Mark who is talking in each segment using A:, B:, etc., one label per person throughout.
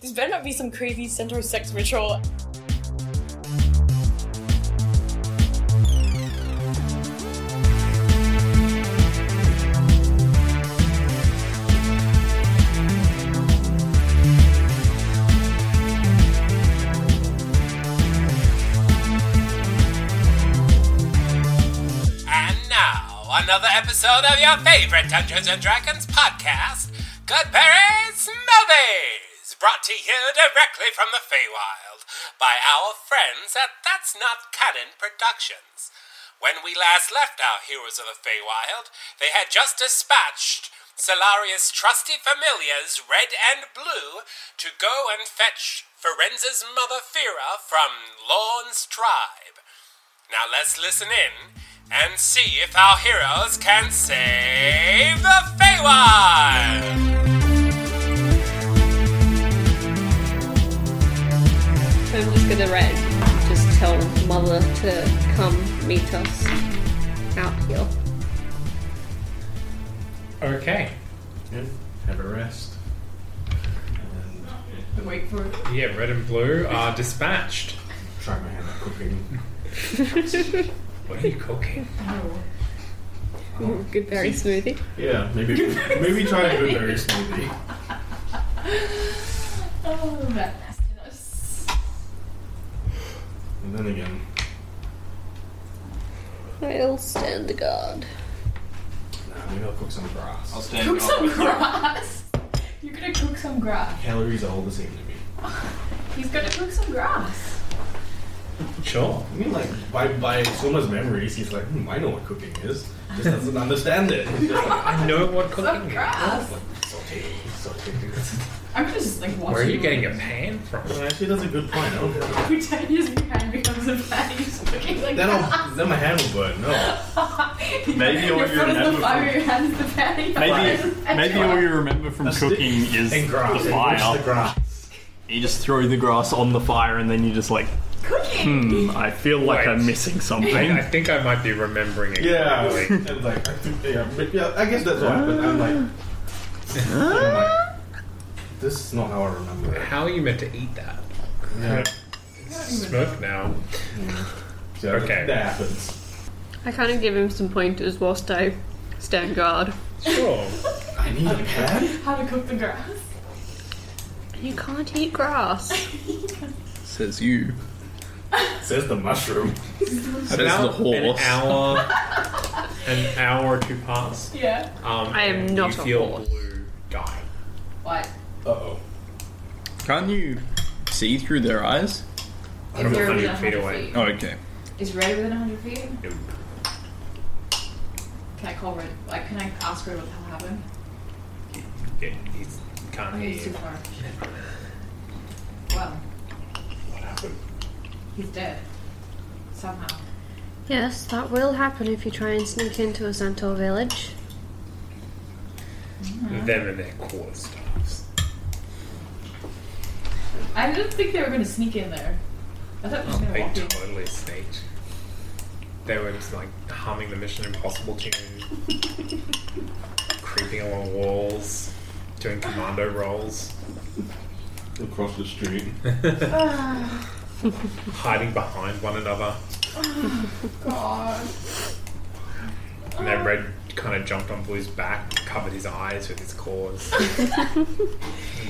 A: This better not be some crazy centaur sex ritual.
B: And now, another episode of your favorite Dungeons and Dragons podcast, Goodberry Smoothies, brought to you directly from the Feywild by our friends at That's Not Canon Productions. When we last left our heroes of the Feywild, they had just dispatched Solaria's trusty familiars, Red and Blue, to go and fetch Ferenza's mother Fira from Lorne's tribe. Now let's listen in and see if our heroes can save the Feywild.
C: I'm just gonna red. Just tell mother to come meet us out here.
D: Okay. Yeah. Have a rest. And
A: Wait for it.
D: yeah, red and blue are dispatched.
E: Try my hand at cooking.
D: What are you cooking?
C: Good berry smoothie.
E: Yeah, maybe maybe try a blueberry smoothie.
A: Oh, that nastiness.
E: And then again,
C: I'll stand the guard.
E: nah, uh, maybe I'll cook some grass.
A: Cook some grass. You're gonna cook some grass.
E: Calories are all the same to me.
A: He's gonna cook some grass.
D: Sure.
E: I mean, like by by Soma's memories, he's like, hmm, I know what cooking is. Just doesn't understand it. He's just like,
D: I know what
A: Some
D: cooking is.
A: grass.
E: saute, saute.
A: I'm gonna just like watch.
D: Where are you getting your pan from?
E: Well, actually, that's a good point. I don't know.
A: Pretend his hand becomes a fan. He's cooking like
E: Then, I'll, then my hand will burn. No.
F: Maybe all you
A: your foot is
F: remember
A: the
F: from-
A: fire, your hand is the fan. your hand is
F: Maybe,
A: the fan.
F: maybe all you remember from
E: That's
F: cooking is
E: And grass.
F: the
E: Just
F: fire.
E: the grass.
F: you just throw the grass on the fire, and then you just like,
A: cooking.
F: hmm, I feel like
D: Wait.
F: I'm missing
D: I, I
F: something.
D: think I might be remembering it.
E: Yeah.
D: correctly.
E: and like, I think, yeah, but yeah, I guess that's what happened. I'm like, I'm like, this is not how I remember it.
D: How are you meant to eat that?
E: Yeah.
D: Smurf now.
E: Yeah,
D: Okay.
E: That happens.
C: I kind of give him some pointers whilst I stand guard.
D: Sure.
E: I need a pad.
A: How to cook the grass.
C: You can't eat grass.
F: Says you.
E: Says the mushroom.
F: Says
D: About
F: the
D: An
F: horse.
D: hour. an hour to pass.
A: Yeah.
D: Um,
C: I am
D: and
C: not
D: you
C: a
D: feel
C: horse.
D: blue die.
A: What?
E: Uh oh.
F: Can't you see through their eyes?
A: I
D: don't know, 100 feet away.
F: Oh, okay.
A: Is red within 100 feet?
D: Nope.
A: Can I call red? Like, can I ask red what the hell happened?
D: Yeah, he's
B: Oh,
D: can't
A: Maybe it's
D: hear
A: too
D: you.
A: far. Well,
E: What happened?
A: he's dead. Somehow.
C: Yes, that will happen if you try and sneak into a centaur village.
D: Them and their quarter staffs.
A: I didn't think they were gonna sneak in there. I thought they were
D: They
A: gonna walk in.
D: totally sneaked. They were just like humming the Mission Impossible tune, creeping along walls, doing commando rolls,
E: Across the street.
D: hiding behind one another.
A: God.
D: And then Red kind of jumped on Blue's back, covered his eyes with his claws. and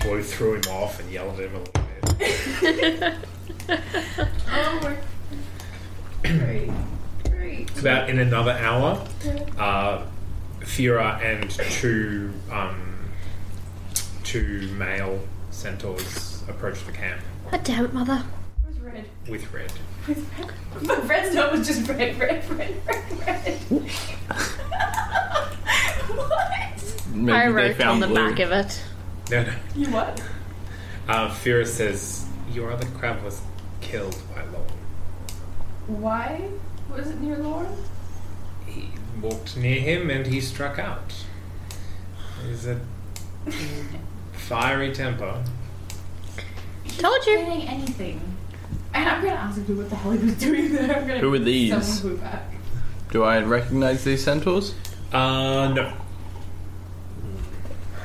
D: Blue threw him off and yelled at him a little bit.
A: Oh my. Great. Great.
D: It's about in another hour, uh, Fira and two um, two male centaurs approach the camp
C: God damn it, mother.
A: Where's red?
D: with Red.
A: But red's note was just red, red, red, red, red. what?
F: Maybe
C: I
F: they
C: wrote
F: found
C: on the
F: blue.
C: back of it.
B: No, no.
A: You what?
B: Uh, Fira says, Your other crab was killed by Lorne.
A: Why was it near Lauren?
B: He walked near him and he struck out. He's a fiery temper.
C: Told you.
A: Saying anything. And I'm gonna ask him what the hell he was doing there. I'm gonna
G: Who are these?
A: Someone who uh, back.
G: Do I recognize these centaurs?
B: Uh, no.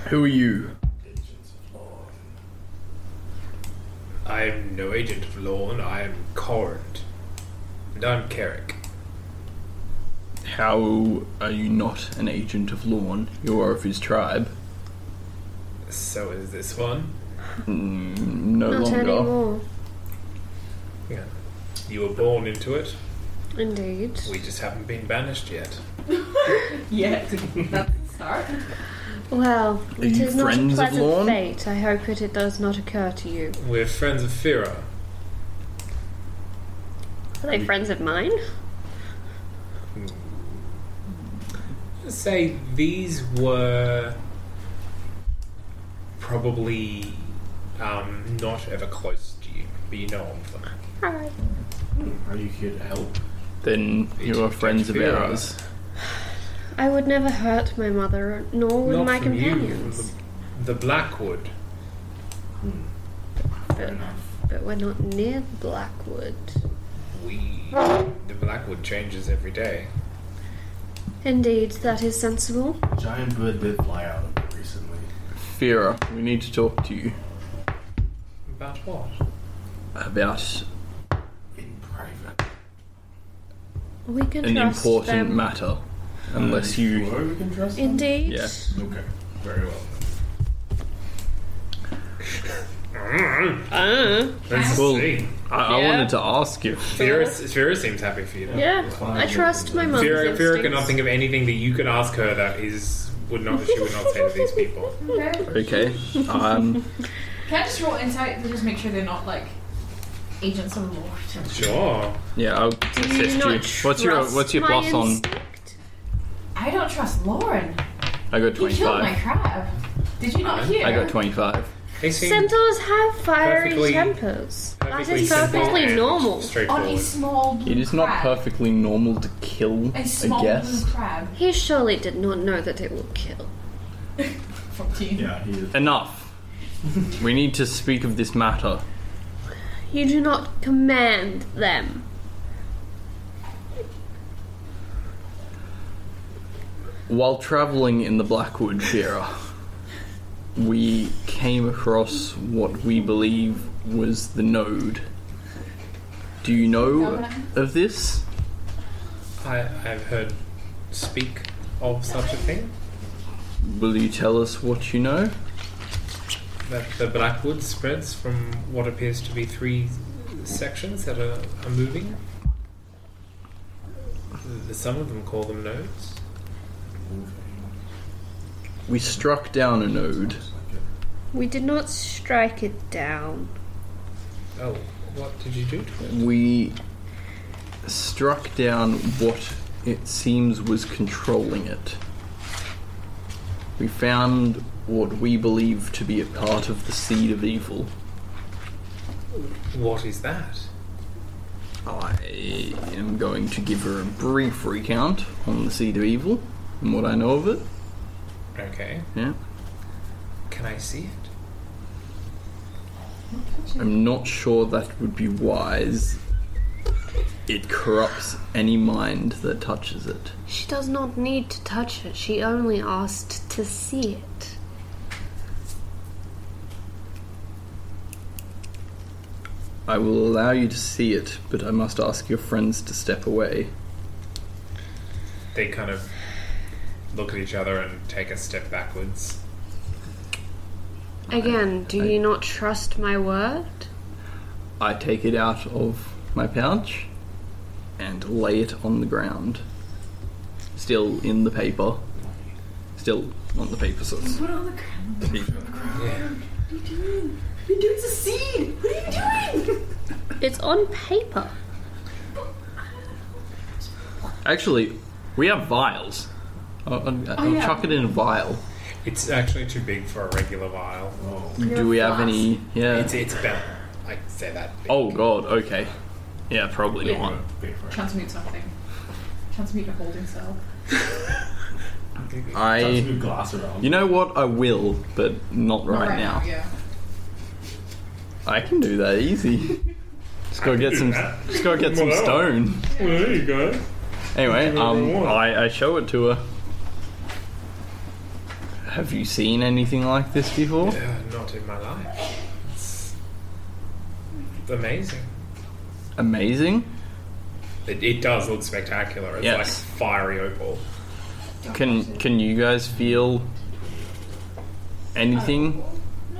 G: Who are you?
B: I'm no agent of Lorne. I'm Corrant. And I'm Carrick.
G: How are you not an agent of Lorne? You are of his tribe.
B: So is this one.
G: No
C: Not
G: longer.
C: anymore.
B: Yeah. You were born into it.
C: Indeed.
B: We just haven't been banished yet.
A: Yeah, that's the start.
C: Well,
G: Are
C: it
G: you
C: is not a
G: friends of
C: pleasant
G: Lorne?
C: fate. I hope that it does not occur to you.
B: We're friends of Fira.
C: Are they friends of mine?
B: say these were probably um, not ever close to you, but you know of them.
C: Alright.
E: Are you here to help?
G: Then you are friends of
B: Fear.
G: ours.
C: I would never hurt my mother, nor would
B: not
C: my
B: from you, from
C: companions.
B: the, the Blackwood.
C: But, but we're not near Blackwood.
B: We the Blackwood changes every day.
C: Indeed, that is sensible.
E: A giant bird did fly out of it recently.
G: Fira, we need to talk to you
B: About what?
G: about
E: In private.
C: We can
G: an
C: trust
G: important
C: them.
G: matter. Unless you.
E: Sure, we can trust them?
C: Indeed.
G: Yeah.
E: Okay. Very well.
G: Well,
B: See,
G: I, I
C: Yeah.
G: wanted to ask you.
B: Vera, Vera seems happy for you. Though.
C: Yeah, I trust my mother's
B: Vera, Vera cannot
C: instincts.
B: think of anything that you could ask her that is would not she would not say to these people.
A: Okay.
G: Okay. Um,
A: Can I just roll insight to just make sure they're not like agents of Lord?
B: Sure.
G: yeah, I'll
C: Do you
G: assist you.
C: not
G: What's your
C: trust
G: What's your
C: my
G: plus on?
C: instinct?
A: I don't trust Lauren.
G: I got
A: He killed my
G: twenty-five.
A: crab. Did you not hear?
G: I got twenty-five.
B: They seem
C: Centaurs have fiery
B: Perfectly-
C: tempers. That
B: perfectly
C: is
B: simple
C: perfectly
B: and
C: normal.
A: On
B: Straightforward.
A: a small blue
G: It is not
A: crab.
G: perfectly normal to kill.
A: A
G: I
A: small
G: guess.
A: blue crab.
C: He surely did not know that it will kill.
A: Fourteen.
E: Yeah, he is.
G: Enough. we need to speak of this matter.
C: You do not command them.
G: While traveling in the Blackwood Vera, we came across what we believe was the node. Do you know of this?
B: I, I've heard speak of such a thing.
G: Will you tell us what you know?
B: That the blackwood spreads from what appears to be three sections that are, are moving. The- Some of them call them nodes.
G: We struck down a node.
C: We did not strike it down.
B: Oh, what did you do to it?
G: We struck down what it seems was controlling it. We found what we believe to be a part of the seed of evil.
B: What is that?
G: I am going to give her a brief recount on the seed of evil and what I know of it.
B: Okay,
G: Yeah.
B: can I see it?
G: I'm not sure that would be wise. It corrupts any mind that touches it.
C: She does not need to touch it. She only asked to see it.
G: I will allow you to see it, but I must ask your friends to step away.
B: They kind of look at each other and take a step backwards.
C: Again, do
G: I-
C: you not trust my word?
G: I take it out of my pouch and lay it on the ground. Still in the paper. Still on the paper, so it's
A: Put it on the crab.
B: Yeah.
A: What are you doing? You're doing it's a seed. What are you doing?
C: It's on paper.
G: Actually, we have vials. Uh, I'll, I'll, I'll
A: yeah.
G: chuck it in a vial.
B: It's actually too big for a regular vial.
E: Oh,
G: Do we have
A: flask.
G: any? Yeah.
B: It's it's about I say that. big.
G: oh god. Okay. Yeah, probably not.
A: Transmute something. Transmute a holding cell.
E: Let's
G: I.
E: move glass around.
G: You know what? I will, but not right,
A: Not
G: now.
A: Yeah.
G: I can do that easy. Just gotta get some. Just gotta get some
B: Well.
G: stone.
B: Well, there you go. whatever
G: Anyway,
B: you
G: um,
B: want.
G: I, I show it to her. Have you seen anything like this before?
B: Uh, not in my life. It's amazing.
G: Amazing.
B: It, it does look spectacular. It's
G: Yes.
B: like fiery opal.
G: Can can you guys feel anything?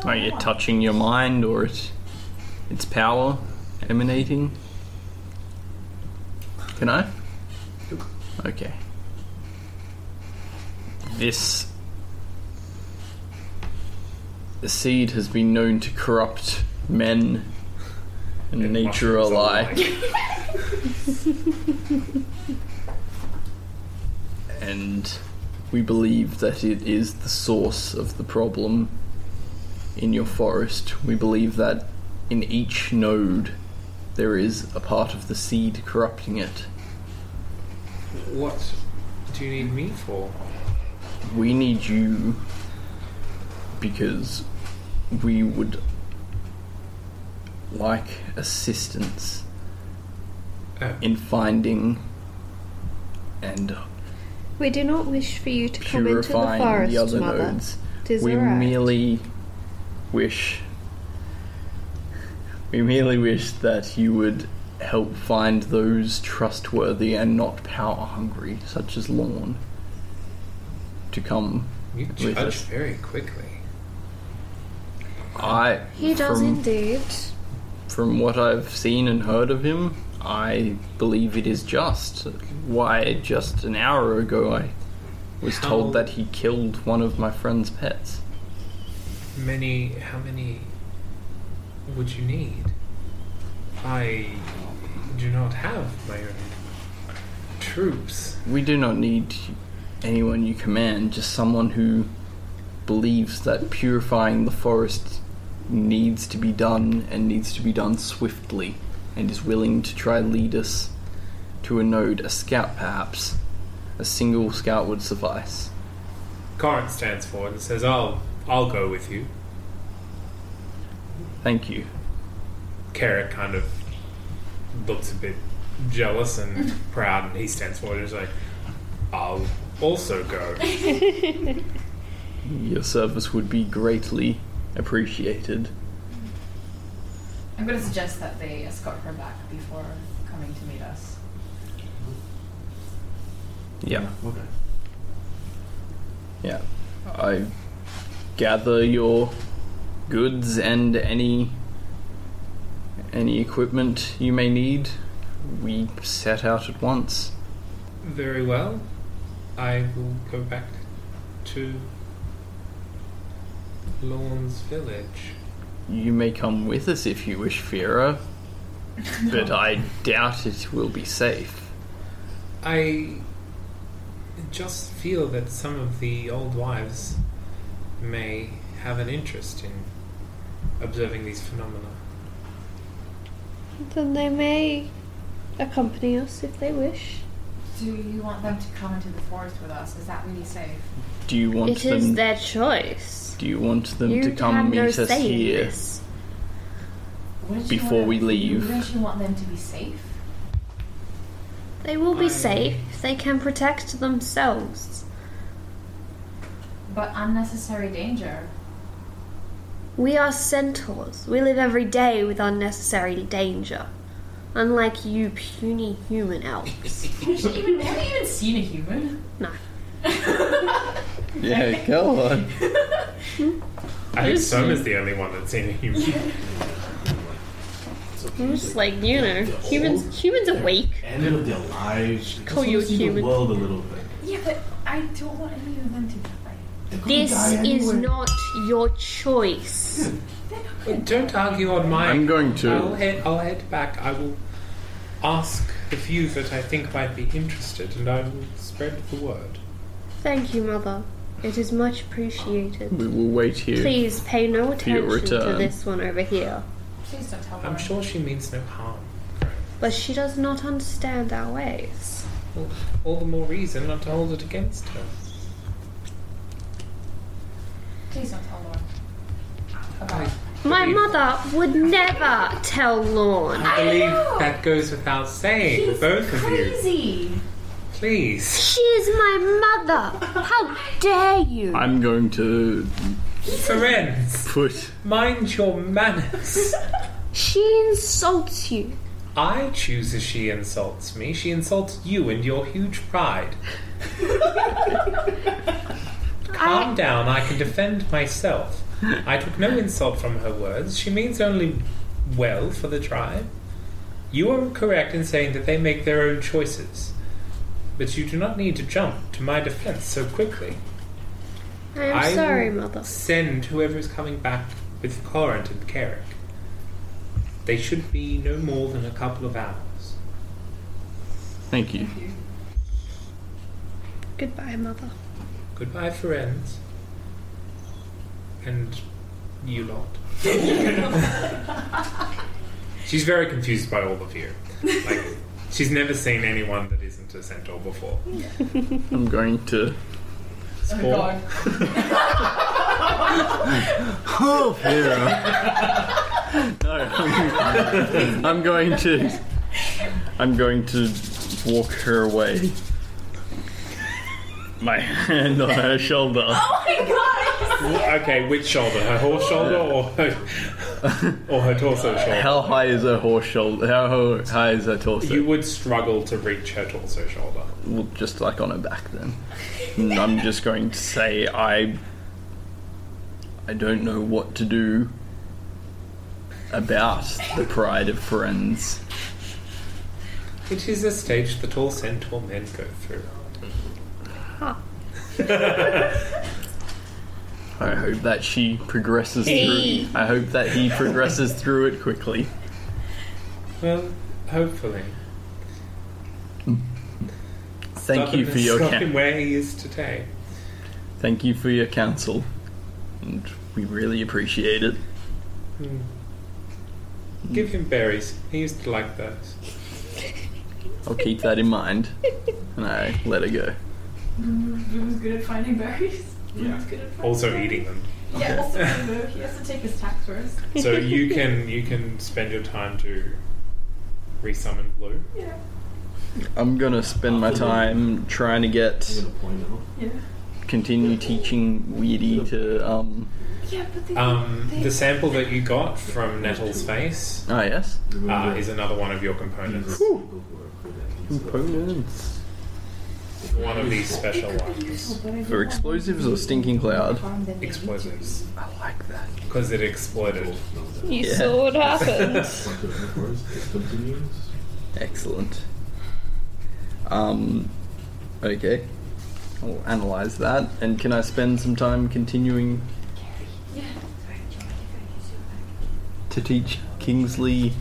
G: Like it touching your mind or its its power emanating? Can I? Okay. This the seed has been known to corrupt men and nature
B: Mushrooms are
G: alike.
B: like-
G: and we believe that it is the source of the problem in your forest. We believe that in each node there is a part of the seed corrupting it.
B: What do you need me for?
G: We need you because we would like assistance
B: Oh.
G: in finding and
D: We do not wish for you to come into the
G: purifying
D: forest,
G: the other
D: Mother.
G: nodes.
D: Tis
G: we
D: alright.
G: merely wish we merely wish that you would help find those trustworthy and not power hungry such as Lorne to come
B: You
G: With
B: judge
G: us.
B: very quickly.
G: I
D: He does
G: from,
D: indeed.
G: from what I've seen and heard of him I believe it is just why just an hour ago I was
B: How-
G: told that he killed one of my friend's pets
B: Many, how many would you need? I do not have my own troops.
G: We do not need anyone you command, just someone who believes that purifying the forest needs to be done and needs to be done swiftly and is willing to try lead us to a node, a scout perhaps. A single scout would suffice.
B: Corinth stands forward and says, "I'll, I'll go with you."
G: Thank you.
B: Carrot kind of looks a bit jealous and proud, and he stands forward and is like, "I'll also go."
G: Your service would be greatly appreciated.
A: I'm going to suggest that they escort her back before coming to meet us.
G: Yeah.
E: Okay.
G: Yeah. I gather your goods and any any equipment you may need. We set out at once.
B: Very well. I will go back to Lawn's village.
G: You may come with us if you wish, Vera, but I doubt it will be safe.
B: I just feel that some of the old wives may have an interest in observing these phenomena.
D: Then they may accompany us if they wish.
A: Do you want them to come into the forest with us? Is that really safe?
G: Do you want
D: It
G: them?
D: is their choice.
G: do you want them
D: you
G: to
D: have
G: come meet
D: no
G: us
D: say in
G: here?
D: this.
A: Where do you
G: Before
A: want
G: we
A: them-
G: leave.
A: Where do you want them to be safe?
D: They will be
B: I-
D: safe. They can protect themselves.
A: But unnecessary danger.
D: We are centaurs. We live every day with unnecessary danger. Unlike you puny human elves.
A: even, have you even seen a human?
D: No.
G: Yeah, go on.
B: I think Soma's the only one that's seen a human.
C: I'm just like, you know, humans humans awake.
E: End of their lives. They just
C: Call you
E: wanna
C: a
E: see the
C: human.
E: world a little bit.
A: Yeah, but I don't want any of them to die.
E: They could
D: This
E: die
D: is
E: anywhere.
D: not your choice.
B: Don't argue on my.
G: I'm going to-
B: I'll head, I'll head back. I will ask the few that I think might be interested, and I will spread the word.
D: Thank you, Mother. It is much appreciated.
G: We will wait here.
D: Please pay no
G: your
D: attention to
G: return.
D: this one over here.
A: Please don't tell her.
B: I'm sure she means no harm.
D: But she does not understand our ways.
B: Well, all the more reason not to hold it against her.
A: Please don't tell Laura.
D: My mother would never tell Lorne.
B: I believe
A: know.
B: that goes without saying,
A: He's
B: both of you.
A: crazy.
B: Please.
D: She is my mother. How dare you?
G: I'm going to
B: Ferenz,
G: put.
B: mind your manners.
D: She insults you.
B: I choose as she insults me. She insults you and your huge pride. Calm down, I can defend myself. I took no insult from her words. She means only well for the tribe. You are correct in saying that they make their own choices. But you do not need to jump to my defense so quickly.
D: I am
B: I
D: sorry,
B: will
D: mother.
B: Send whoever is coming back with Corrant and Carrick. They should be no more than a couple of hours.
G: Thank you.
D: Goodbye, mother.
B: Goodbye, friends. And you lot. she's very confused by all of you. Like, she's never seen anyone that isn't a centaur before.
G: I'm going to.
B: Spore.
G: Oh, Vera. no, I'm, I'm going to. I'm going to walk her away. My hand on her shoulder.
B: okay, which shoulder? Her horse shoulder or her, or her torso shoulder?
G: How high is her horse shoulder? How ho- high is her torso?
B: You would struggle to reach her torso shoulder.
G: Well, just like on her back then. And I'm just going to say I I don't know what to do about the pride of friends.
B: It is a stage that all centaur men go through.
G: I hope that she progresses through I hope that he progresses through it quickly.
B: Well, hopefully.
G: Thank you for
B: Stubbornness
G: your
B: got him
G: coun-
B: where he is today.
G: thank you for your counsel. And we really appreciate it.
B: Give him berries. He used to like those.
G: I'll keep that in mind. And I let her go.
A: Boom's good at finding berries.
E: Yeah.
A: Boom's good at finding
B: Also
A: berries.
B: eating them.
A: Yeah, also eating them. He has to take his tax first.
B: So you can you can spend your time to resummon blue.
A: Yeah.
G: I'm gonna spend my time trying to get
E: I'm gonna point out.
A: Yeah.
G: continue teaching Weirdy to um
A: Yeah, but they,
B: Um,
A: they,
B: the sample that you got from Nettle's face
G: Ah, yes.
B: uh, is
E: Remember,
B: another one of your components.
E: people who are good at these stuff.
G: Components.
B: One of these special ones.
G: For explosives or stinking cloud?
B: Explosives.
G: I like that.
B: Because it exploded.
C: You
G: Yeah.
C: saw what happened.
E: What they're looking for is it continues.
G: Excellent. Um, okay. I'll analyze that. And can I spend some time continuing to teach Kingsley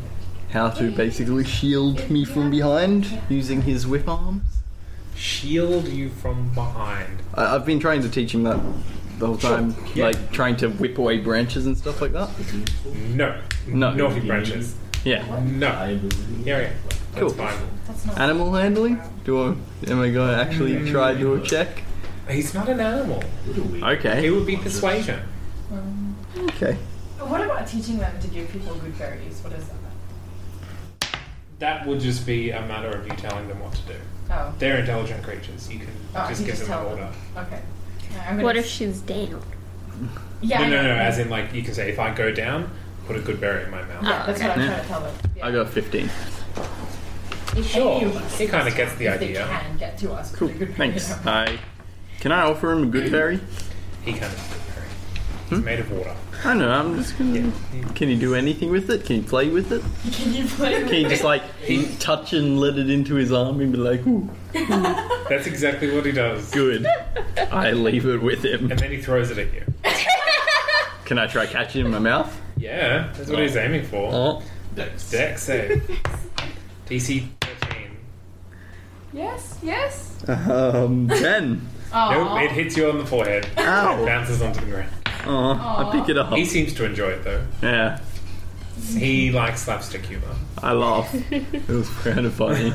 G: how to basically shield me from behind using his whip arms?
B: Shield you from behind.
G: I- I've been trying to teach him that the whole time,
B: Yeah.
G: like trying to whip away branches and stuff like that.
B: No.
G: No.
B: Naughty branches.
G: Yeah.
B: No.
E: I believe.
B: Yeah, yeah. That's
G: Cool.
B: fine.
A: that's not.
G: Animal handling? Do I? Am I going to actually try to do a check?
B: He's not an animal. It
G: Okay.
B: would be persuasion.
G: Okay.
A: What about teaching them to give people good berries? What is that?
B: That would just be a matter of you telling them what to do.
A: Oh.
B: They're intelligent creatures. You can
A: Oh,
B: just
A: you
B: give
A: just
B: them
A: tell
B: an
A: them.
B: order.
A: Okay. Yeah, I'm gonna
D: What
A: s-
D: if she's down?
A: Yeah.
B: No,
A: I
B: no, no.
A: know.
B: As in, like, you can say, if I go down, put a good berry in my mouth.
A: Yeah, that's what I'm trying to tell them. Yeah.
G: I got 15.
B: Sure.
A: Any of us
B: He kinda gets the
A: if
B: idea.
A: They can get to us.
G: Cool.
A: with a good
G: Thanks.
A: berry.
G: I can I offer him a good berry?
B: He kind of good berry.
G: Hmm?
B: It's made of water.
G: I don't know. I'm just gonna. Can he do anything with it? Can he play with it?
A: Can you play?
G: Can he just like touch and let it into his arm and be like, "Ooh,
B: That's exactly what he does.
G: good." I leave it with him.
B: And then he throws it at you.
G: Can I try catching it in my mouth?
B: Yeah, that's what he's aiming for.
G: Oh,
E: Dex.
B: Dex save. DC 13.
A: Yes. Yes.
G: um, ten.
A: Oh,
B: Nope, it hits you on the forehead.
G: Ow.
B: It bounces onto the ground.
G: Oh, I pick it up.
B: He seems to enjoy it though.
G: Yeah,
B: He likes slapstick humor.
G: I laugh. it was kind of funny.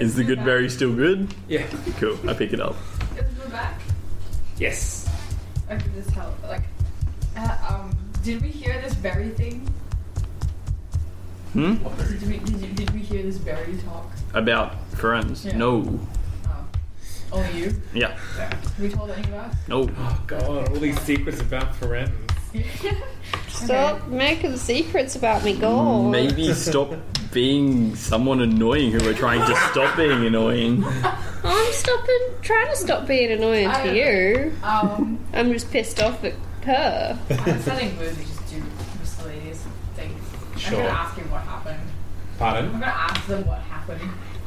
G: Is the good berry still good?
B: Yeah.
G: Cool, I pick it up.
A: is the back?
B: Yes.
A: I could just help. Like, uh, um, did we hear this berry thing?
G: Hmm?
A: Did we, did, you, did we hear this berry talk?
G: About friends?
A: Yeah.
G: No.
A: Oh, only you.
G: Yeah.
A: We told any of us.
G: No.
B: Oh god, all these secrets about Ferenz.
C: Stop making secrets about me, God.
G: Maybe stop being someone annoying who we're trying to stop being annoying.
C: I'm stopping, trying to stop being annoying
A: I
C: to
A: don't-
C: you.
A: Um,
C: I'm just pissed off at her.
A: I'm setting mood to just do miscellaneous things. I'm
B: Sure.
A: gonna ask him what happened. I'm
B: Pardon?
A: gonna ask them what happened.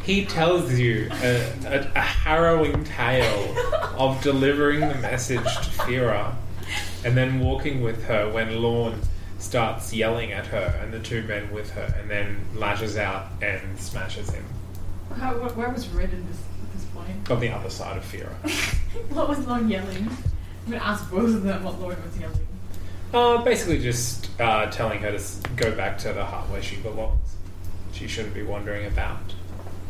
B: He tells you a, a, a harrowing tale Oh, of delivering the message to Fira and then walking with her when Lorne starts yelling at her and the two men with her and then lashes out and smashes him
A: How, wh- where was Red in this, at this point?
B: on the other side of Fira.
A: What was Long yelling? I'm gonna ask both of them what Lauren was yelling.
B: Uh, basically, just uh, telling her to s- go back to the hut where she belongs. She shouldn't be wandering about.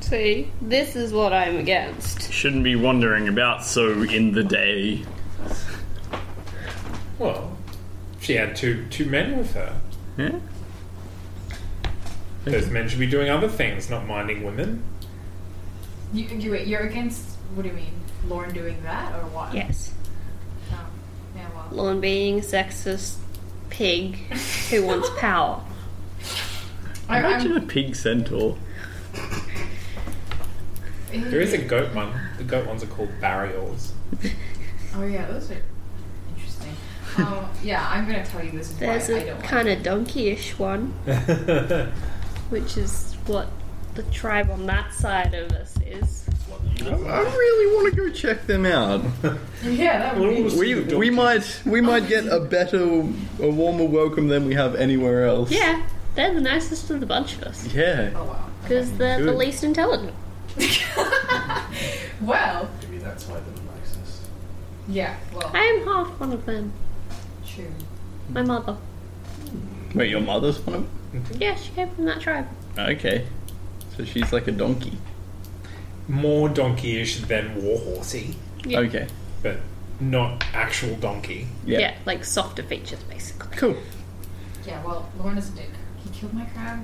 C: See, this is what I'm against.
G: Shouldn't be wandering about so in the day.
B: Well, she had two two men with her.
G: Yeah?
B: Those men should be doing other things, not minding women.
A: You, you wait, you're against. What do you mean? Lauren doing that or what?
C: Yes.
A: Um, yeah, well.
C: Lawn being sexist pig who wants power.
A: I,
G: Imagine
A: I'm,
G: a pig centaur.
B: There is a goat one. The goat ones are called burials.
A: Oh yeah, those are interesting. Um, yeah, I'm gonna tell you this is
C: There's
A: why I
C: a
A: don't
C: kind
A: like
C: of donkeyish one, which is what the tribe on that side of us is.
G: I really want to go check them out.
A: it. Yeah, that would be.
G: We we might we might get a better oh, a warmer welcome than we have anywhere else.
C: Yeah, they're the nicest of the bunch of us
G: Yeah.
A: Oh wow.
C: because they're the
G: Good.
C: least intelligent.
A: Well,
E: Maybe that's why the likes us.
A: yeah. Well,
C: I am half one of them.
A: true.
C: My mother.
G: Wait, your mother's one of them?
C: Yeah, she came from that tribe.
G: Okay. So she's like a donkey.
B: More donkeyish than warhorsey,
C: Yeah.
G: Okay.
B: but not actual donkey.
G: Yeah.
C: yeah, like softer features basically.
G: Cool.
A: Yeah. Well, Lauren is a dick. He killed my crab.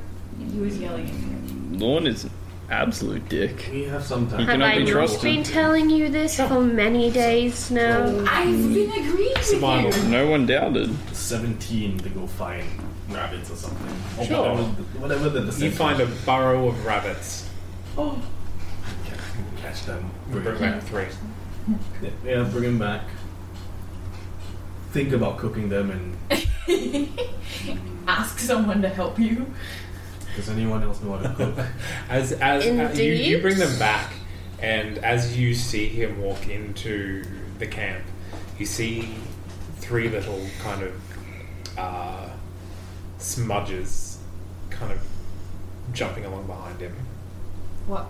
A: He was yelling at me.
G: Lorne is an absolute dick.
E: We have some time.
G: You
C: Have
G: cannot
C: I
G: be
C: not
G: trusted.
C: been telling you this for many days now?
A: I've been agreeing with
B: Survival.
A: you.
G: No one doubted.
E: 17 to go find rabbits or something. Or
B: Sure.
E: Whatever, the- whatever the
B: You find a burrow of rabbits.
A: Oh,
E: Catch them.
B: You
E: Bring
B: Bring
E: them
B: back three.
E: back. Yeah, bring them back. Think about cooking them and
A: ask someone to help you.
E: does anyone else know how to cook?
B: As as uh, you,
C: Indeed.
B: you bring them back, and as you see him walk into the camp, you see three little kind of uh, smudges, kind of jumping along behind him.
A: What?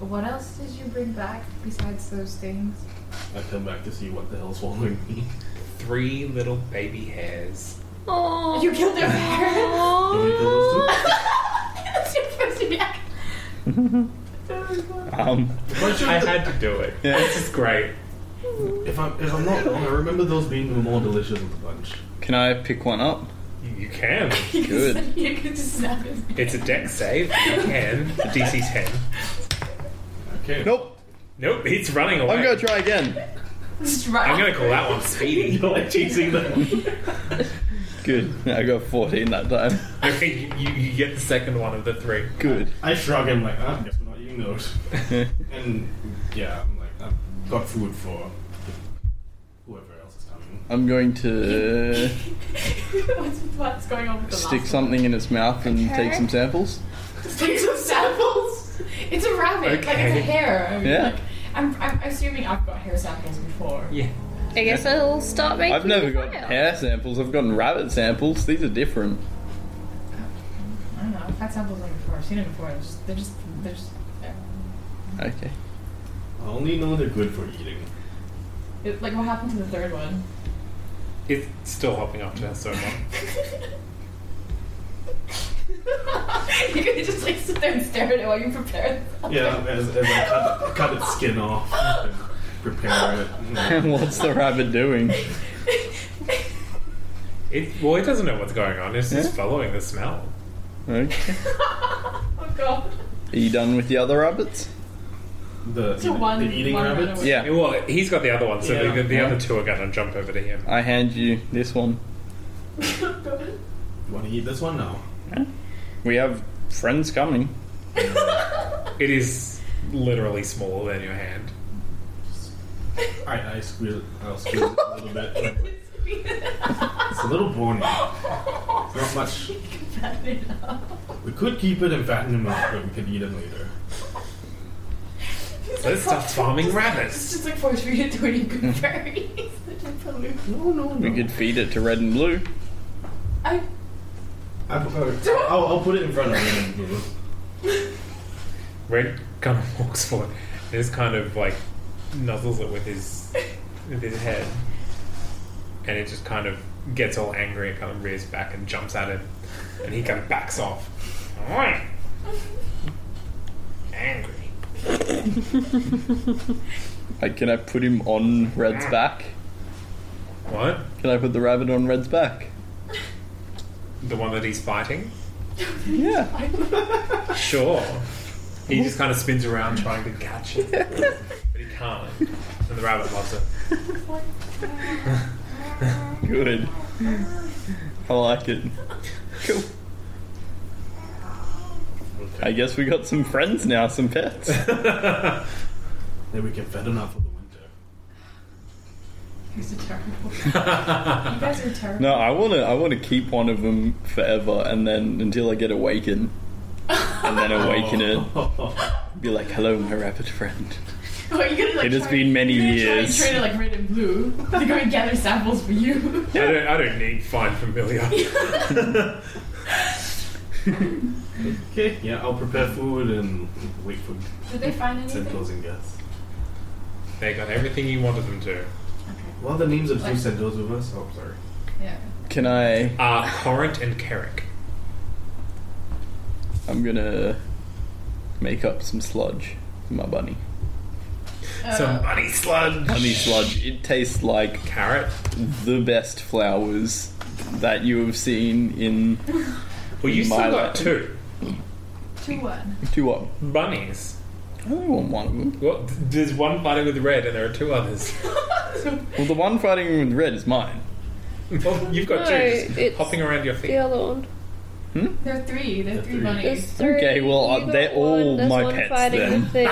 A: What else did you bring back besides those things?
E: I come back to see what the hell's following me.
B: Three little baby hares.
C: Oh,
A: You killed their parents.
E: Can we kill those two?
A: That's your first reaction.
G: Um.
E: Why should
B: I
E: the-
B: had to do it.
G: Yeah.
B: This is great.
E: if I'm if I'm not wrong, I remember those being the more delicious of the bunch.
G: Can I pick one up?
B: You- You can.
G: Good.
A: you could just snap his neck.
B: It's a deck save. You can. DC ten.
E: Okay.
G: Nope.
B: Nope, he's running away.
G: I'm gonna try again.
A: Just right.
B: I'm gonna call that one speedy.
E: You're like chasing them.
G: Good. I got 14 that time.
B: Okay, you, you, you get the second one of the three.
G: Good.
E: I shrug and like, ah, I guess we're not eating those. and yeah, I'm like, I've got food for whoever else is coming.
G: I'm going to
A: what's, what's going on with the
G: stick
A: last
G: something in its mouth and
C: Okay.
G: take some samples.
A: one? Stick some samples. It's a rabbit. Like it's
B: Okay.
A: a hair. I mean,
G: Yeah.
A: Like, I'm, I'm assuming I've got hair samples before.
B: Yeah.
C: I guess I'll start making.
G: I've never
C: the
G: gotten
C: fire.
G: hair samples. I've gotten rabbit samples. These are different.
A: I don't know. I've had samples on before. I've seen them before. They're just, they're just, they're just there.
G: Okay.
E: I only know they're good for eating.
A: It, like, what happened to the third one?
B: It's still hopping up to that so much.
A: you could just like sit there and stare at it while you prepare.
E: Yeah, as, as I cut, I cut its skin off and prepare it. you know.
G: What's the rabbit doing?
B: It well, it doesn't know what's going on. It's just
G: Yeah.
B: following the smell.
G: Okay.
A: Oh god.
G: Are you done with the other rabbits?
E: The,
A: So one-
E: the eating
A: one
E: rabbits?
A: runaway.
G: Yeah.
B: Well, he's got the other one, so
E: Yeah.
B: the, the other two are going to jump over to him.
G: I hand you this one.
E: You want to eat this one now?
G: We have friends coming.
B: It is literally smaller than your hand.
E: Alright, I squeal. I'll squeal it a little bit. It's a little bony. It's not much. We could keep it and fatten him up, but we could eat him later.
B: Let's start farming rabbits.
A: It's like force feeding to eating good berries. Such a loop.
E: Mm. No, no,
G: We could feed it to red and blue.
A: I
E: I, I'll, I'll put it in front of him.
B: Red kind of walks forward and just kind of like nuzzles it with his with his head, and it just kind of gets all angry and kind of rears back and jumps at him, and he kind of backs off. Angry.
G: Like, can I put him on Red's back?
B: What?
G: Can I put the rabbit on Red's back?
B: The one that he's fighting?
G: Yeah.
B: Sure. He just kind of spins around trying to catch it, but he can't. And the rabbit loves it.
G: Good. I like it. Cool. I guess we got some friends now, some pets.
E: Then we can fed him up for the winter.
A: He's a terrible. you guys are terrible.
G: No, I wanna I wanna keep one of them forever, and then until I get awakened, and then awaken it, be like, "Hello, my rabbit friend."
A: Are you gonna, like,
G: It has
A: try-
G: been many
A: you're gonna
G: years.
A: Try and train it like red and blue. They're going to gather samples for you.
B: I don't, I don't need fine familiar.
E: Okay. Yeah, I'll prepare food and wait for
A: Did they find anything?
E: sentinels and guests.
B: They got everything you wanted them to.
E: Well, the names of two sentinels with us. Oh, sorry.
A: Yeah.
G: Can I?
B: Uh, Corrant and Carrick.
G: I'm gonna make up some sludge for my bunny.
B: Some bunny sludge.
G: Bunny sludge. It tastes like
B: Carrot.
G: the best flowers that you have seen in
B: Well, you
G: My
B: still got
G: lad.
B: two
A: Two one.
G: two what?
B: bunnies.
G: I only want one of them.
B: Well, th- there's one fighting with red, and there are two others.
G: Well, the one fighting with red is mine.
B: Well, you've got
C: No,
B: two just
C: it's-
B: hopping around your feet.
C: The other one.
A: There are three. There are three
E: three.
C: There's
A: bunnies.
C: three.
G: Okay, well,
C: You
G: uh,
C: got
G: they're all
C: there's
G: my
C: one
G: pets
C: fighting
G: then.
C: the thing.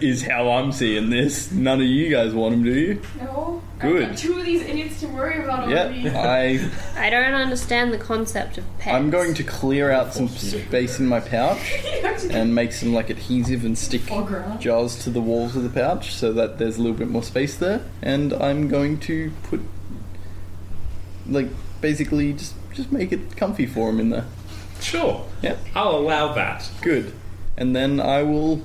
G: Is how I'm seeing this. None of you guys want them, do you?
A: No. I've
G: Good.
A: got Two of these idiots to worry about already.
G: Yeah, I
C: I don't understand the concept of pets.
G: I'm going to clear out some space in my pouch and make some like adhesive and stick
A: Foreground.
G: jars to the walls of the pouch so that there's a little bit more space there. And I'm going to put like basically just just make it comfy for him in there.
B: Sure,
G: Yeah,
B: I'll allow that.
G: good. And then I will,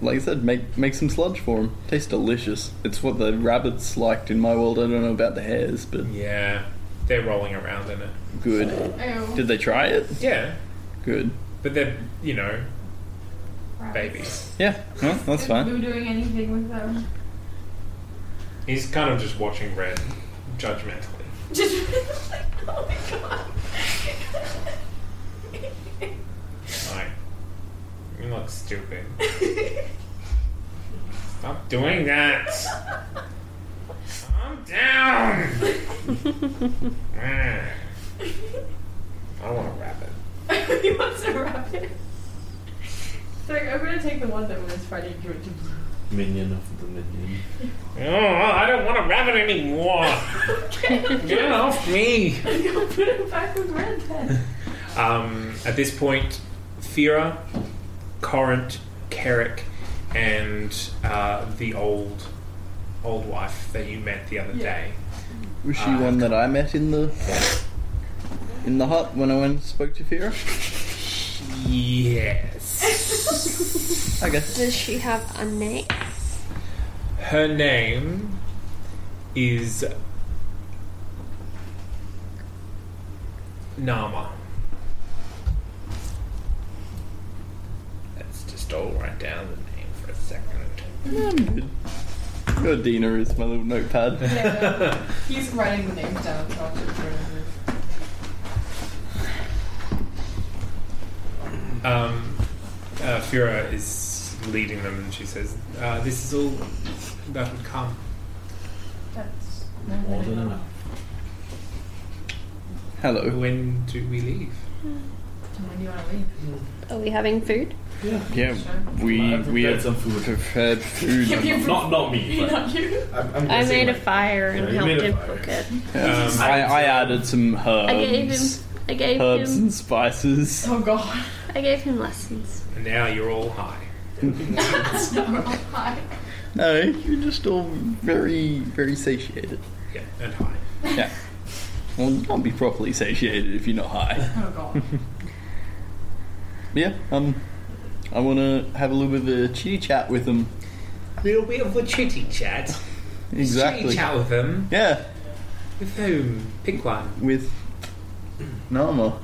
G: like I said, make make some sludge for him. Tastes delicious. It's what the rabbits liked in my world. I don't know about the hares, but
B: Yeah, they're rolling around in it.
G: good.
A: Ew.
G: Did they try it?
B: Yeah,
G: Good.
B: but they're you know babies.
G: Yeah, well, that's
A: Is
G: fine.
A: Blue doing anything with them?
B: He's kind of just watching red judgmentally.
A: Just like, oh my god.
B: Like, you look stupid. Stop doing that. Calm down. Mm. I want a rabbit.
A: he wants a rabbit. It's like, I'm gonna take the one that was fighting and give it to Blue.
E: Minion of the minion.
B: Oh, I don't want a rabbit anymore. Get off me.
A: Go put it back with red then.
B: Um, at this point, Fira, Corrant, Carrick, and uh, the old old wife that you met the other day.
G: Was she one that I met in the in the hut when I went and spoke to Fira?
B: Yes.
G: Okay.
D: Does she have a name?
B: Her name is Nama. Let's just all write down the name for a second.
G: Your Dina is my little notepad.
A: Yeah. He's writing the names down. So I'll just remember.
B: Um, uh, Fura is leading them, and she says, uh, "This is all that would come."
A: That's
E: More than enough.
G: Hello.
B: When do we leave?
A: When do you want to leave?
C: Are we having food?
G: Yeah, we
E: I've
G: we
E: prepared
G: have
E: some food.
G: prepared food.
E: Not not me. but
A: Not you.
E: I'm, I'm
C: I
E: guessing,
C: made a
E: like,
C: fire
E: Yeah,
C: and
E: you
C: helped
E: made a
C: him
E: fire.
C: cook it.
G: Um, I, I added some herbs,
C: I gave him. I gave
G: herbs
C: him.
G: and spices.
A: Oh god.
C: I gave him lessons.
B: And now you're all high.
A: Hi.
G: No, you're just all very very satiated.
B: Yeah, and high.
G: Yeah. Well, you can't be properly satiated if you're not high.
A: Oh god.
G: Yeah. Um, I want to have a little bit of a chitty chat with them.
B: little bit of a chitty chat.
G: Exactly.
B: Chitty chat with them.
G: Yeah.
B: With whom? Pick one.
G: With Nama.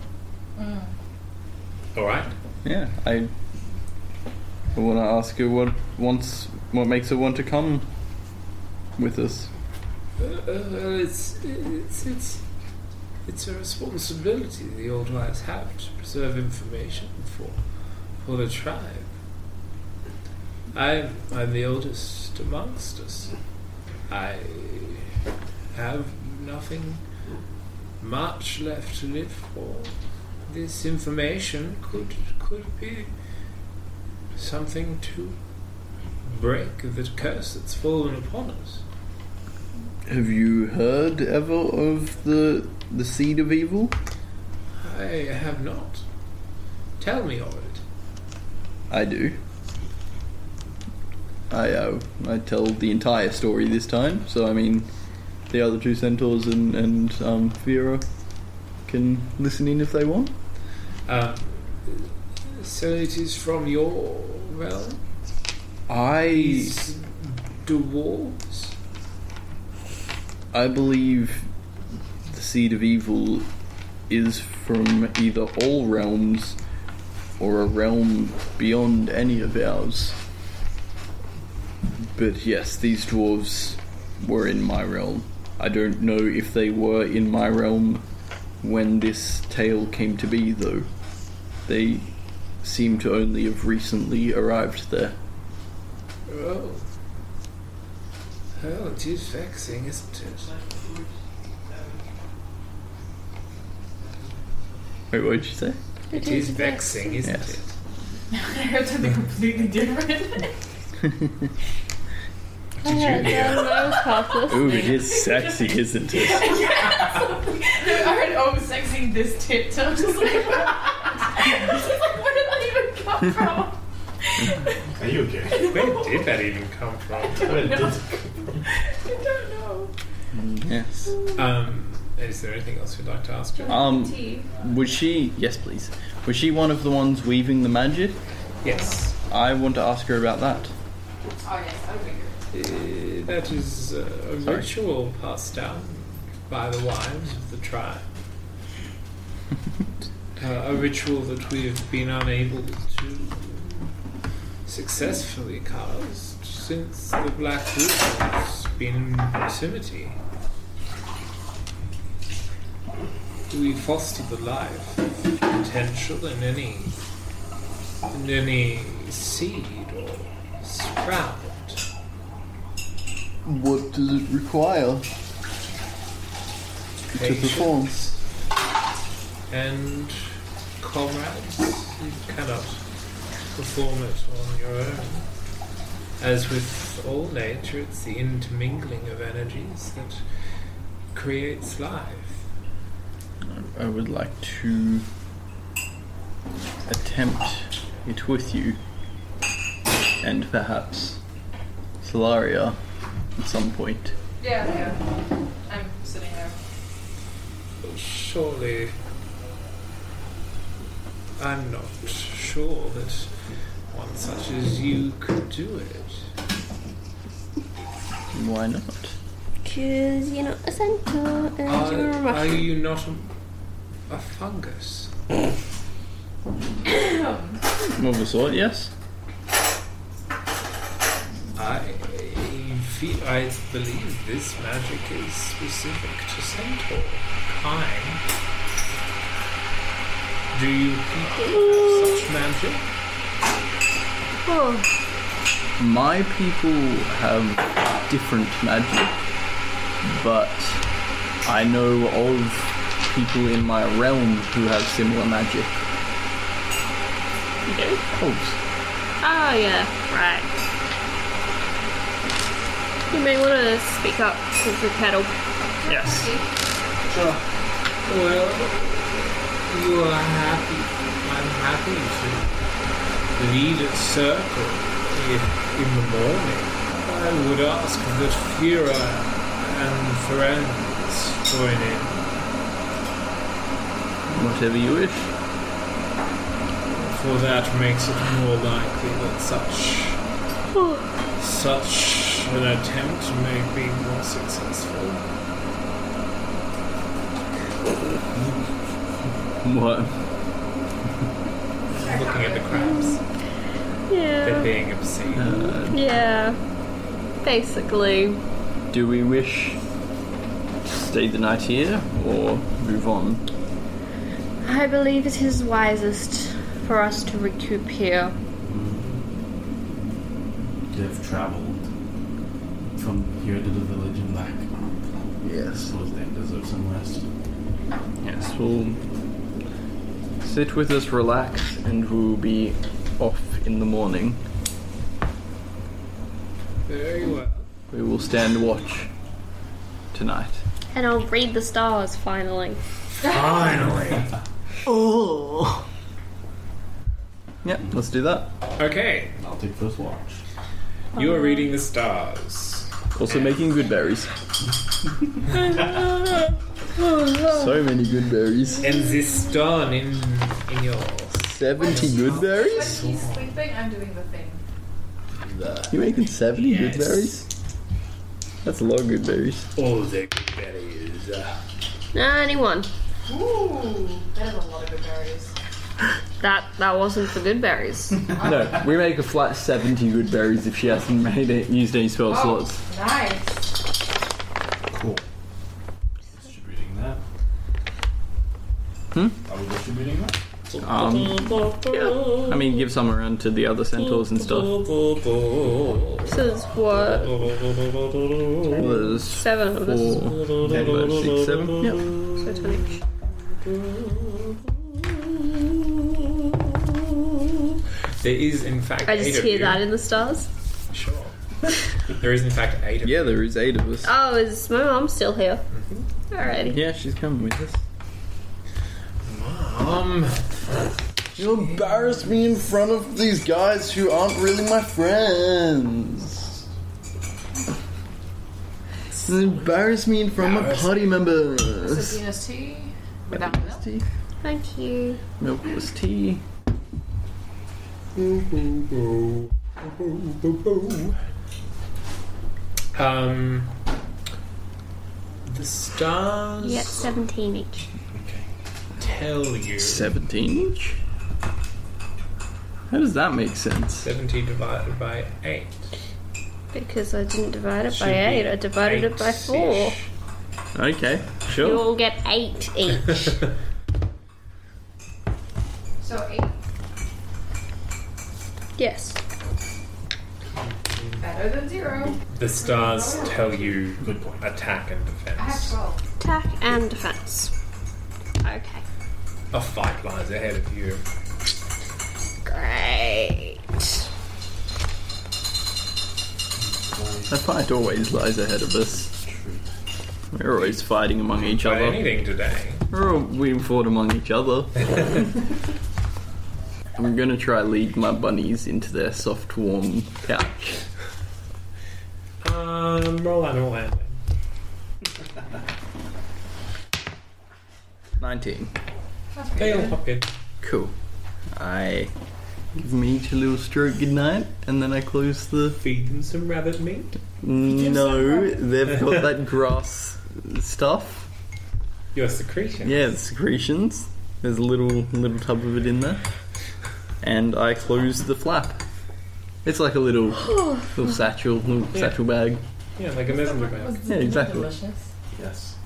B: All right.
G: Yeah. I. I want to ask her what wants, what makes her want to come with us.
B: Uh, uh, it's, it's it's it's a responsibility the old wise have to preserve information for for the tribe. I'm I'm the oldest amongst us. I have nothing much left to live for. This information could could be something to break the curse that's fallen upon us.
G: Have you heard ever of the the seed of evil?
B: I have not. Tell me of it.
G: I do. I uh, I tell the entire story this time, so I mean, the other two centaurs and and um, Vera can listen in if they want.
B: Um, so it is from your realm?
G: I
B: These dwarves?
G: I believe the seed of evil is from either all realms or a realm beyond any of ours. But yes, these dwarves were in my realm. I don't know if they were in my realm when this tale came to be, though. They seem to only have recently arrived there.
B: Oh. Oh, it is vexing, isn't it?
G: Wait, what did you say?
B: It is vexing, isn't
G: Yes.
B: it?
A: I heard something completely different.
C: Yeah, that was helpless.
G: Ooh, it is sexy, isn't it?
A: I heard oh sexy this tip so I'm just like, just like where did that even come from?
E: Are you okay?
B: Where did that even come from?
E: Well, did-
A: I don't know.
G: Yes.
B: Um, is there anything else you'd like to ask? John?
G: Um,
A: Tea.
G: Was she? Yes, please. Was she one of the ones weaving the magic?
B: Yes.
G: I want to ask her about that.
A: Oh yes, I figured.
B: Uh, that is uh, a
G: Sorry?
B: ritual passed down by the wives of the tribe. uh, a ritual that we have been unable to successfully cast since the Black Wolf has been in proximity. We foster the life of potential in any in any seed or sprout.
G: What does it require?
B: Patience
G: perform.
B: And comrades, you cannot perform it on your own. As with all nature, it's the intermingling of energies that creates life.
G: I would like to attempt it with you, and perhaps Solaria at some point.
A: Yeah, yeah. I'm sitting there.
B: Surely, I'm not sure that One such as you could do it.
G: Why not?
C: Cause you're not a centaur and you're
B: Are,
C: a
B: are
C: mushroom.
B: you not a, a fungus?
G: More of a sort, yes?
B: I feel, I believe this magic is specific to centaur kind. Do you people have such magic?
D: Oh,
G: My people have different magic, but I know of people in my realm who have similar magic.
C: You do?
G: Oh,
C: Oh yeah, right. You may want to speak up with the cattle.
G: yes.
B: Oh, Well, you are happy. I'm happy to lead a circle in, in the morning. I would ask that Fira and friends join in.
G: Whatever you wish.
B: For that makes it more likely that such such an attempt may be more successful.
G: What?
B: Looking at the crabs, they're
C: Yeah.
B: being obscene.
C: Yeah. Basically.
G: Do we wish to stay the night here or move on?
D: I believe it is wisest for us to recoup here.
E: They've traveled from here to the village and back.
G: Yes.
E: Suppose they deserve some rest.
G: Yes, we'll sit with us, relax, and we'll be off in the morning.
B: Very well.
G: We will stand watch tonight.
D: And I'll read the stars finally.
G: Yeah, let's do that.
B: Okay,
E: I'll take first watch.
B: you are reading the stars.
G: Also making good berries. so many good berries.
B: And this dawn in in yours.
G: 70 good berries?
A: He's sleeping, I'm doing the thing.
G: You're making 70
B: Yes.
G: good berries? That's a lot of good berries.
B: All the good berries.
C: Anyone.
A: Ooh, that is a lot of good berries.
C: That that wasn't for good berries.
G: No, we make a flat 70 good berries if she hasn't made it, used any spell slots.
A: Nice.
E: Cool. Distributing that. Hmm? Are we distributing that?
G: Um, I mean, give some around to the other centaurs and stuff.
C: This is what
G: There's
C: seven of us.
G: four, five, six, seven. Yep.
C: So ten each.
B: There is in fact.
C: I
B: eight
C: just
B: of
C: hear
B: you.
C: that in the stars.
B: Sure. there is in fact eight of
G: Yeah, there is eight of us.
C: Oh, is my mom still here? Alrighty.
G: Yeah, she's coming with us.
B: Um.
G: You embarrass me in front of these guys who aren't really my friends. You embarrass me in front of my party members.
A: Sabina's tea without milk.
G: Tea.
C: Thank you.
G: Milk was tea.
B: Um. The stars
D: Yep, 17 each.
B: tell you
G: 17 each? How does that make sense?
B: seventy divided by eight.
C: Because I didn't divide it
B: should
C: by
B: be
C: eight, I divided it by four.
B: eight-ish.
G: Okay,
C: You
G: sure.
C: all get eight each.
A: So eight
C: yes.
A: better than zero.
B: The stars tell you
E: Good point.
B: attack and
A: I have
B: defense.
A: twelve.
C: Attack and defense. Okay.
B: A fight lies ahead of you.
C: Great.
G: The fight always lies ahead of us. We're always fighting among each
B: By
G: other.
B: anything today.
G: We're all, we fought among each other. I'm gonna try lead my bunnies into their soft, warm couch.
B: Um, roll animal handling.
G: 19.
B: They all hop in.
G: Cool. I give me each a little stroke goodnight, and then I close the.
B: Feed them some rabbit meat.
G: No, they've got that grass stuff.
B: Your secretion.
G: Yeah, the secretions. There's a little little tub of it in there, and I close the flap. It's like a little little satchel, little satchel bag.
B: Yeah, like a messenger bag.
G: Yeah, exactly.
A: Delicious.
E: Yes.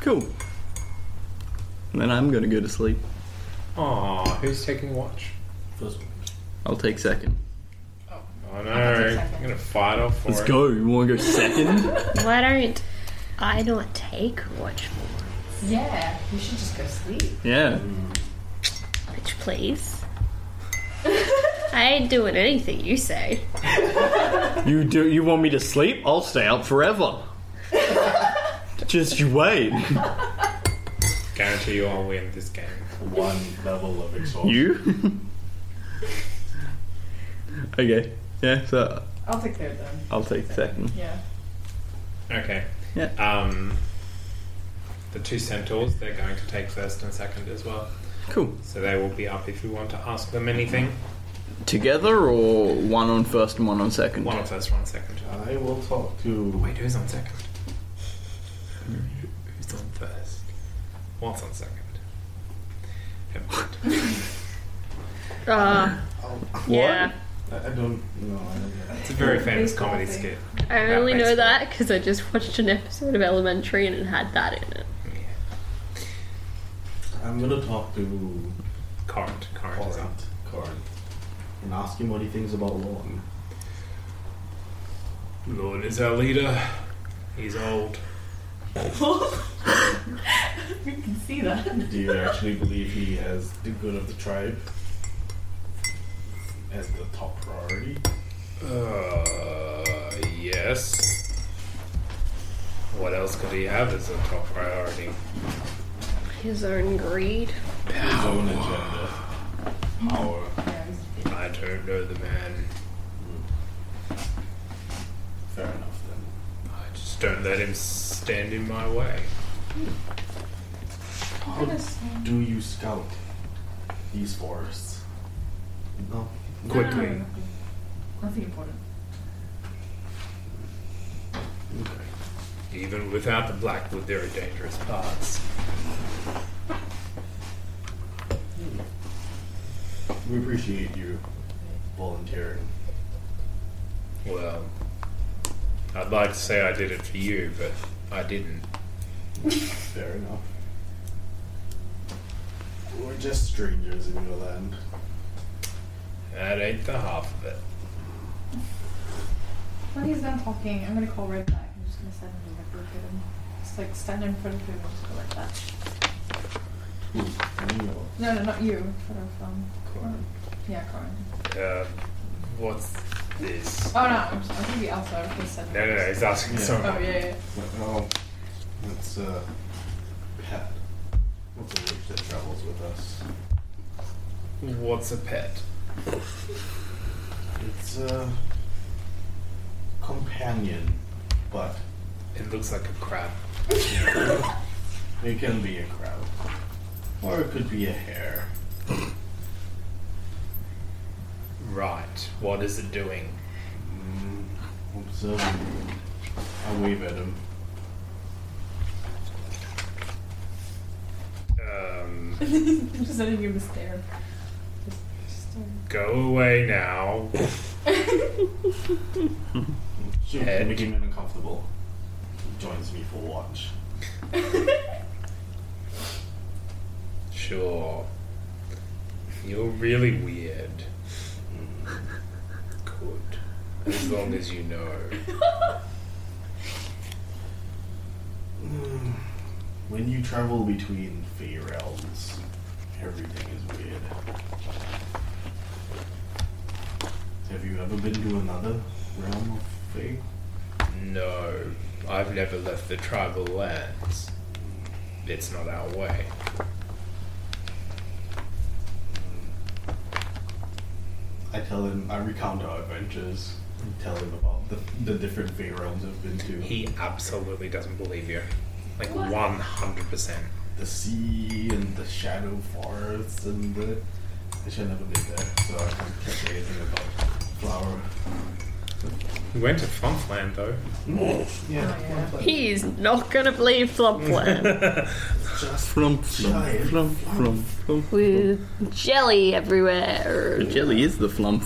G: Cool. And then I'm gonna go to sleep.
B: Aw, who's taking watch?
E: First one.
G: I'll take second.
B: I know. I'm gonna fight off for
G: Let's
B: it.
G: go. You wanna go second?
D: Why don't I not take watch
A: Yeah, you should just go sleep.
G: yeah.
D: watch, please? I ain't doing anything you say.
G: You do. You want me to sleep? I'll stay up forever. Just you wait.
B: Guarantee you I'll win this game.
E: One level of exhaustion.
G: You? okay. Yeah, so
A: I'll take third then.
G: I'll take second.
A: Yeah.
B: Okay.
G: Yeah.
B: Um, the two centaurs, they're going to take first and second as well.
G: Cool.
B: So they will be up if you want to ask them anything.
G: Together or one on first and one on second?
B: One on first, one on second.
E: I will talk to.
B: Wait, who's on second? Who's on first? What's on second? Never mind.
D: Uh, yeah.
E: I, I don't. No, I don't know.
B: It's a very famous comedy
A: Baseball
B: skit.
D: I only know
B: baseball.
D: that because I just watched an episode of Elementary and it had that in it.
B: Yeah.
E: I'm gonna talk to
B: Current, current is up.
E: Corinth. Corinth. And ask him what he thinks about Lorne.
B: Lord is our leader. He's old.
A: You can see that.
E: Do you actually believe he has the good of the tribe as the top priority?
B: Uh, yes. What else could he have as a top priority?
D: His own greed.
E: His own agenda. Power.
B: I don't know the man.
E: Hmm. Fair enough then.
B: I just don't let him stand in my way.
E: How do you scout these forests? No.
B: Quickly.
A: Nothing important.
E: Okay.
B: Even without the Blackwood, there are dangerous parts.
E: We appreciate you volunteering.
B: Well, I'd like to say I did it for you, but I didn't.
E: Fair enough. We're just strangers in your land.
B: That ain't the half of it.
A: When he's done talking, I'm gonna call right back. I'm just gonna stand in the look at him. Just like stand in front of him and just go like that.
E: Who? Me or
A: No, no, not you. In front of um,
E: Corin?
A: yeah, Corin.
B: Uh, what's this?
A: Oh no, I'm sorry. I think the Elsa. I was gonna say.
B: No, no, no, he's asking
E: Yeah.
B: someone.
A: Oh yeah, yeah.
E: Well, that's uh, Pat. What's a witch that travels with us?
B: What's a pet?
E: It's a companion, but
B: It looks like a crab.
E: it can be a crab, or it could be a hare.
B: Right. What is it doing?
E: Mm, observing. I wave at him.
B: Um,
A: I'm just sending him a stare. Just, just stare.
B: go away now.
E: Shoot,
B: Head.
E: making him uncomfortable. He joins me for watch.
B: Sure. You're really weird. Hmm. Good. As long as you know.
E: When you travel between fey realms, everything is weird. Have you ever been to another realm of fey?
B: No, I've never left the tribal lands. It's not our way.
E: I tell him, I recount our adventures and tell him about the, the different fey realms I've been to.
B: He absolutely doesn't believe you. Like 100%.
E: the sea and the shadow forests and the I should never be there, so I can't catch anything about flower.
B: We went to Funfland though.
E: Yeah,
C: He's not gonna believe Flumpland.
G: From, from, from, from, from.
C: With jelly everywhere.
G: The jelly is the flump.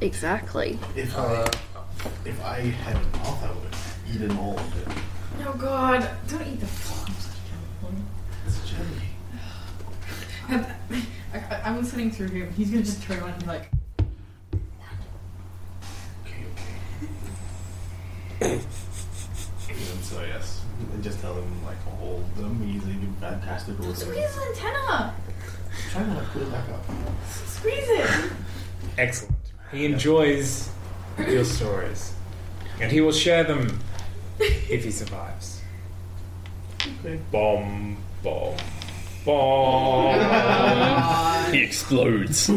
C: Exactly.
E: if I if I had an mouth, I would have eaten all of it.
A: Oh god, don't eat the fuck.
E: It's jelly.
A: I, I, I'm listening through him. He's gonna just turn around and be like,
E: Okay, okay. And so yes, and just tell him like all the amazing, fantastic words.
A: squeeze the antenna!
E: Try to like, put it back up.
A: Squeeze it!
B: Excellent. He enjoys your stories, and he will share them if he survives. Bomb, bomb, bomb.
G: He explodes.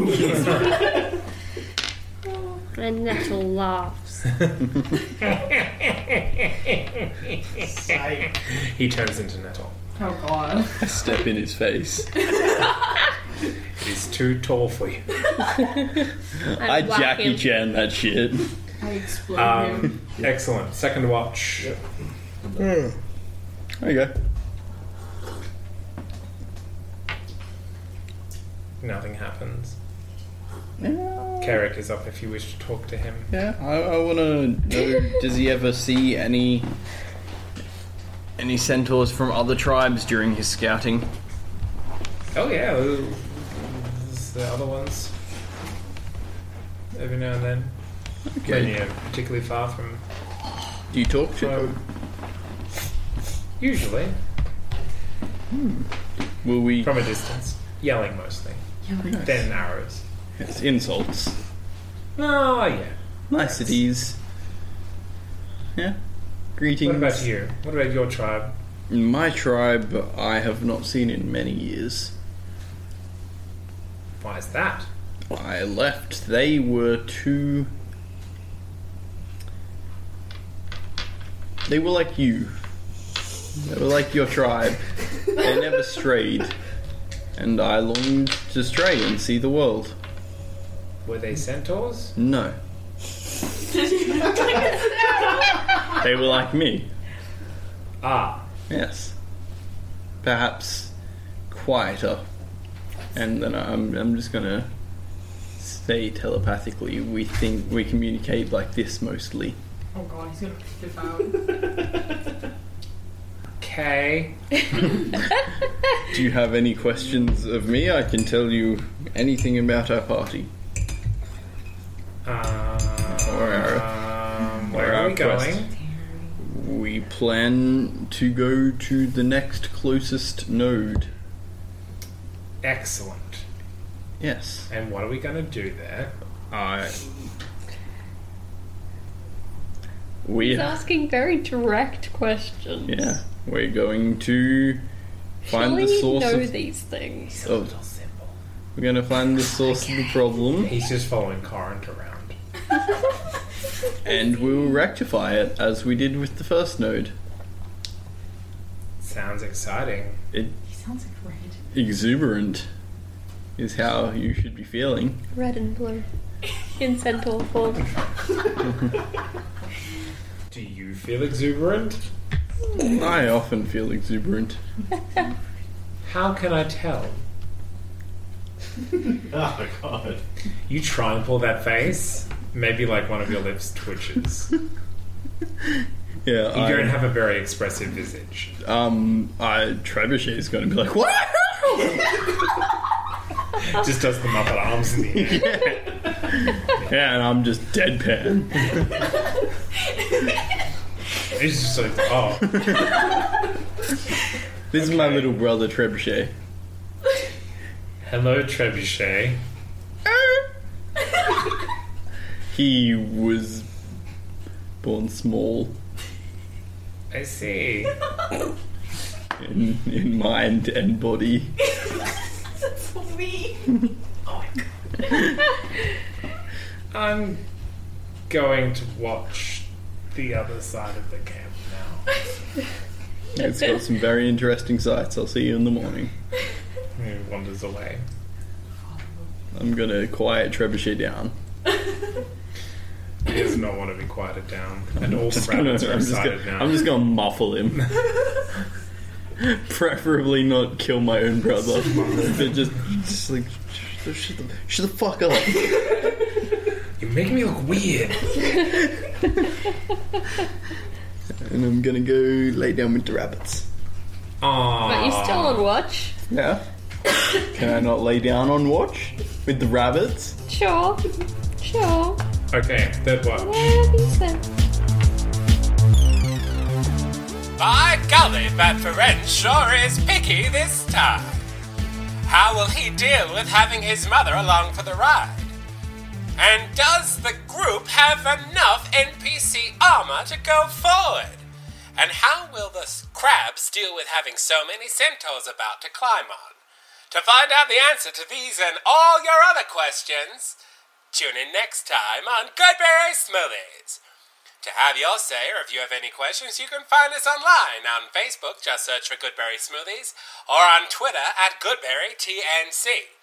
C: And Nettle laughs.
B: he turns into Nettle.
A: Oh god.
G: Step in his face.
B: He's too tall for you.
G: I
C: whack
G: Jackie
C: him.
G: Chan that shit.
A: I explode him.
B: Um, excellent. Second watch.
G: There you go.
B: Nothing happens. Carrick is up if you wish to talk to him.
G: Yeah, I, I want to know. does he ever see any any centaurs from other tribes during his scouting?
B: Oh yeah, uh, there's the other ones. Every now and then, when you're particularly far from
G: Do you talk to
B: home. Usually,
G: Hmm. Will we?
B: from a distance, yelling mostly, then arrows.
G: It's insults,
B: Oh yeah.
G: niceties. Yeah. Greetings.
B: What about you? What about your tribe?
G: In my tribe, I have not seen in many years.
B: Why is that?
G: I left. They were too. They were like you. They were like your tribe. They never strayed. And I longed to stray and see the world.
B: Were they centaurs?
G: No. they were like me.
B: Ah,
G: Yes. Perhaps quieter. And then I'm, I'm just gonna stay telepathically. We think we communicate like this mostly.
A: Oh god, he's gonna pick this out.
B: okay.
G: Do you have any questions of me? I can tell you anything about our party Where-
B: Um, where
G: where
B: are
G: are
B: we
G: quest?
B: going?
G: We plan to go to the next closest node.
B: Excellent.
G: Yes.
B: And what are we going to do there?
D: Uh,
G: I. We
C: He's asking very direct questions.
G: yeah we're going to find
C: Surely
G: the
C: you
G: source
C: know
G: of
C: these things.
G: Oh. We're gonna find the source of the problem,
B: He's just following Corinth around.
G: and we'll rectify it as we did with the first node.
B: Sounds exciting.
A: He sounds like red.
G: Exuberant is how you should be feeling.
C: Red and blue. In centaur form.
B: Do you feel exuberant?
G: I often feel exuberant.
B: How can I tell?
E: Oh god.
B: You try and pull that face. Maybe like one of your lips twitches. You
G: Yeah,
B: don't
G: I,
B: have a very expressive visage.
G: um, I Trebuchet is gonna be like, what?
B: Just does the Muppet arms in the air.
G: Yeah, and I'm just deadpan.
B: It's just like, oh,
G: This is my little brother Trebuchet.
B: hello, Trebuchet.
G: He was born small
B: I see.
G: in, in mind and body.
A: That's me!
B: I'm going to watch the other side of the camp now.
G: It's got some very interesting sights. I'll see you in the morning.
B: You
E: and wanders away.
D: I'm gonna quiet Trebuchet down.
E: He does not want to be quieted down, and all the
D: Just gonna-
E: rabbits are
D: I'm, just
E: excited
D: gonna,
E: now.
D: I'm just gonna muffle him. Preferably not kill my own brother. but just, just like, sh- shut the, shut the fuck up.
E: You're making me look weird.
D: and I'm gonna go lay down with the rabbits.
E: Aww.
G: Ah.
C: But you still on watch?
D: Yeah? Can I not lay down on watch? With the rabbits?
C: Sure. Sure.
E: Okay, third watch.
C: Whatever you say.
B: By golly, but Ferenc sure is picky this time. How will he deal with having his mother along for the ride? And does the group have enough NPC armor to go forward? And how will the s- crabs deal with having so many centaurs about to climb on? To find out the answer to these and all your other questions, tune in next time on Goodberry Smoothies. To have your say, or if you have any questions, you can find us online on Facebook, just search for Goodberry Smoothies, or on Twitter at GoodberryTNC.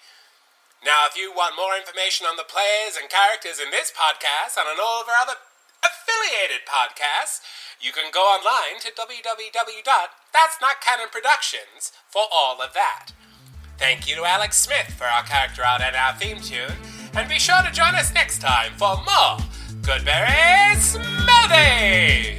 B: Now, if you want more information on the players and characters in this podcast and on all of our other affiliated podcasts, you can go online to www.that'snotcanonproductions for all of that. Thank you to Alex Smith for our character art and our theme tune, and be sure to join us next time for more Goodberry Smoothies!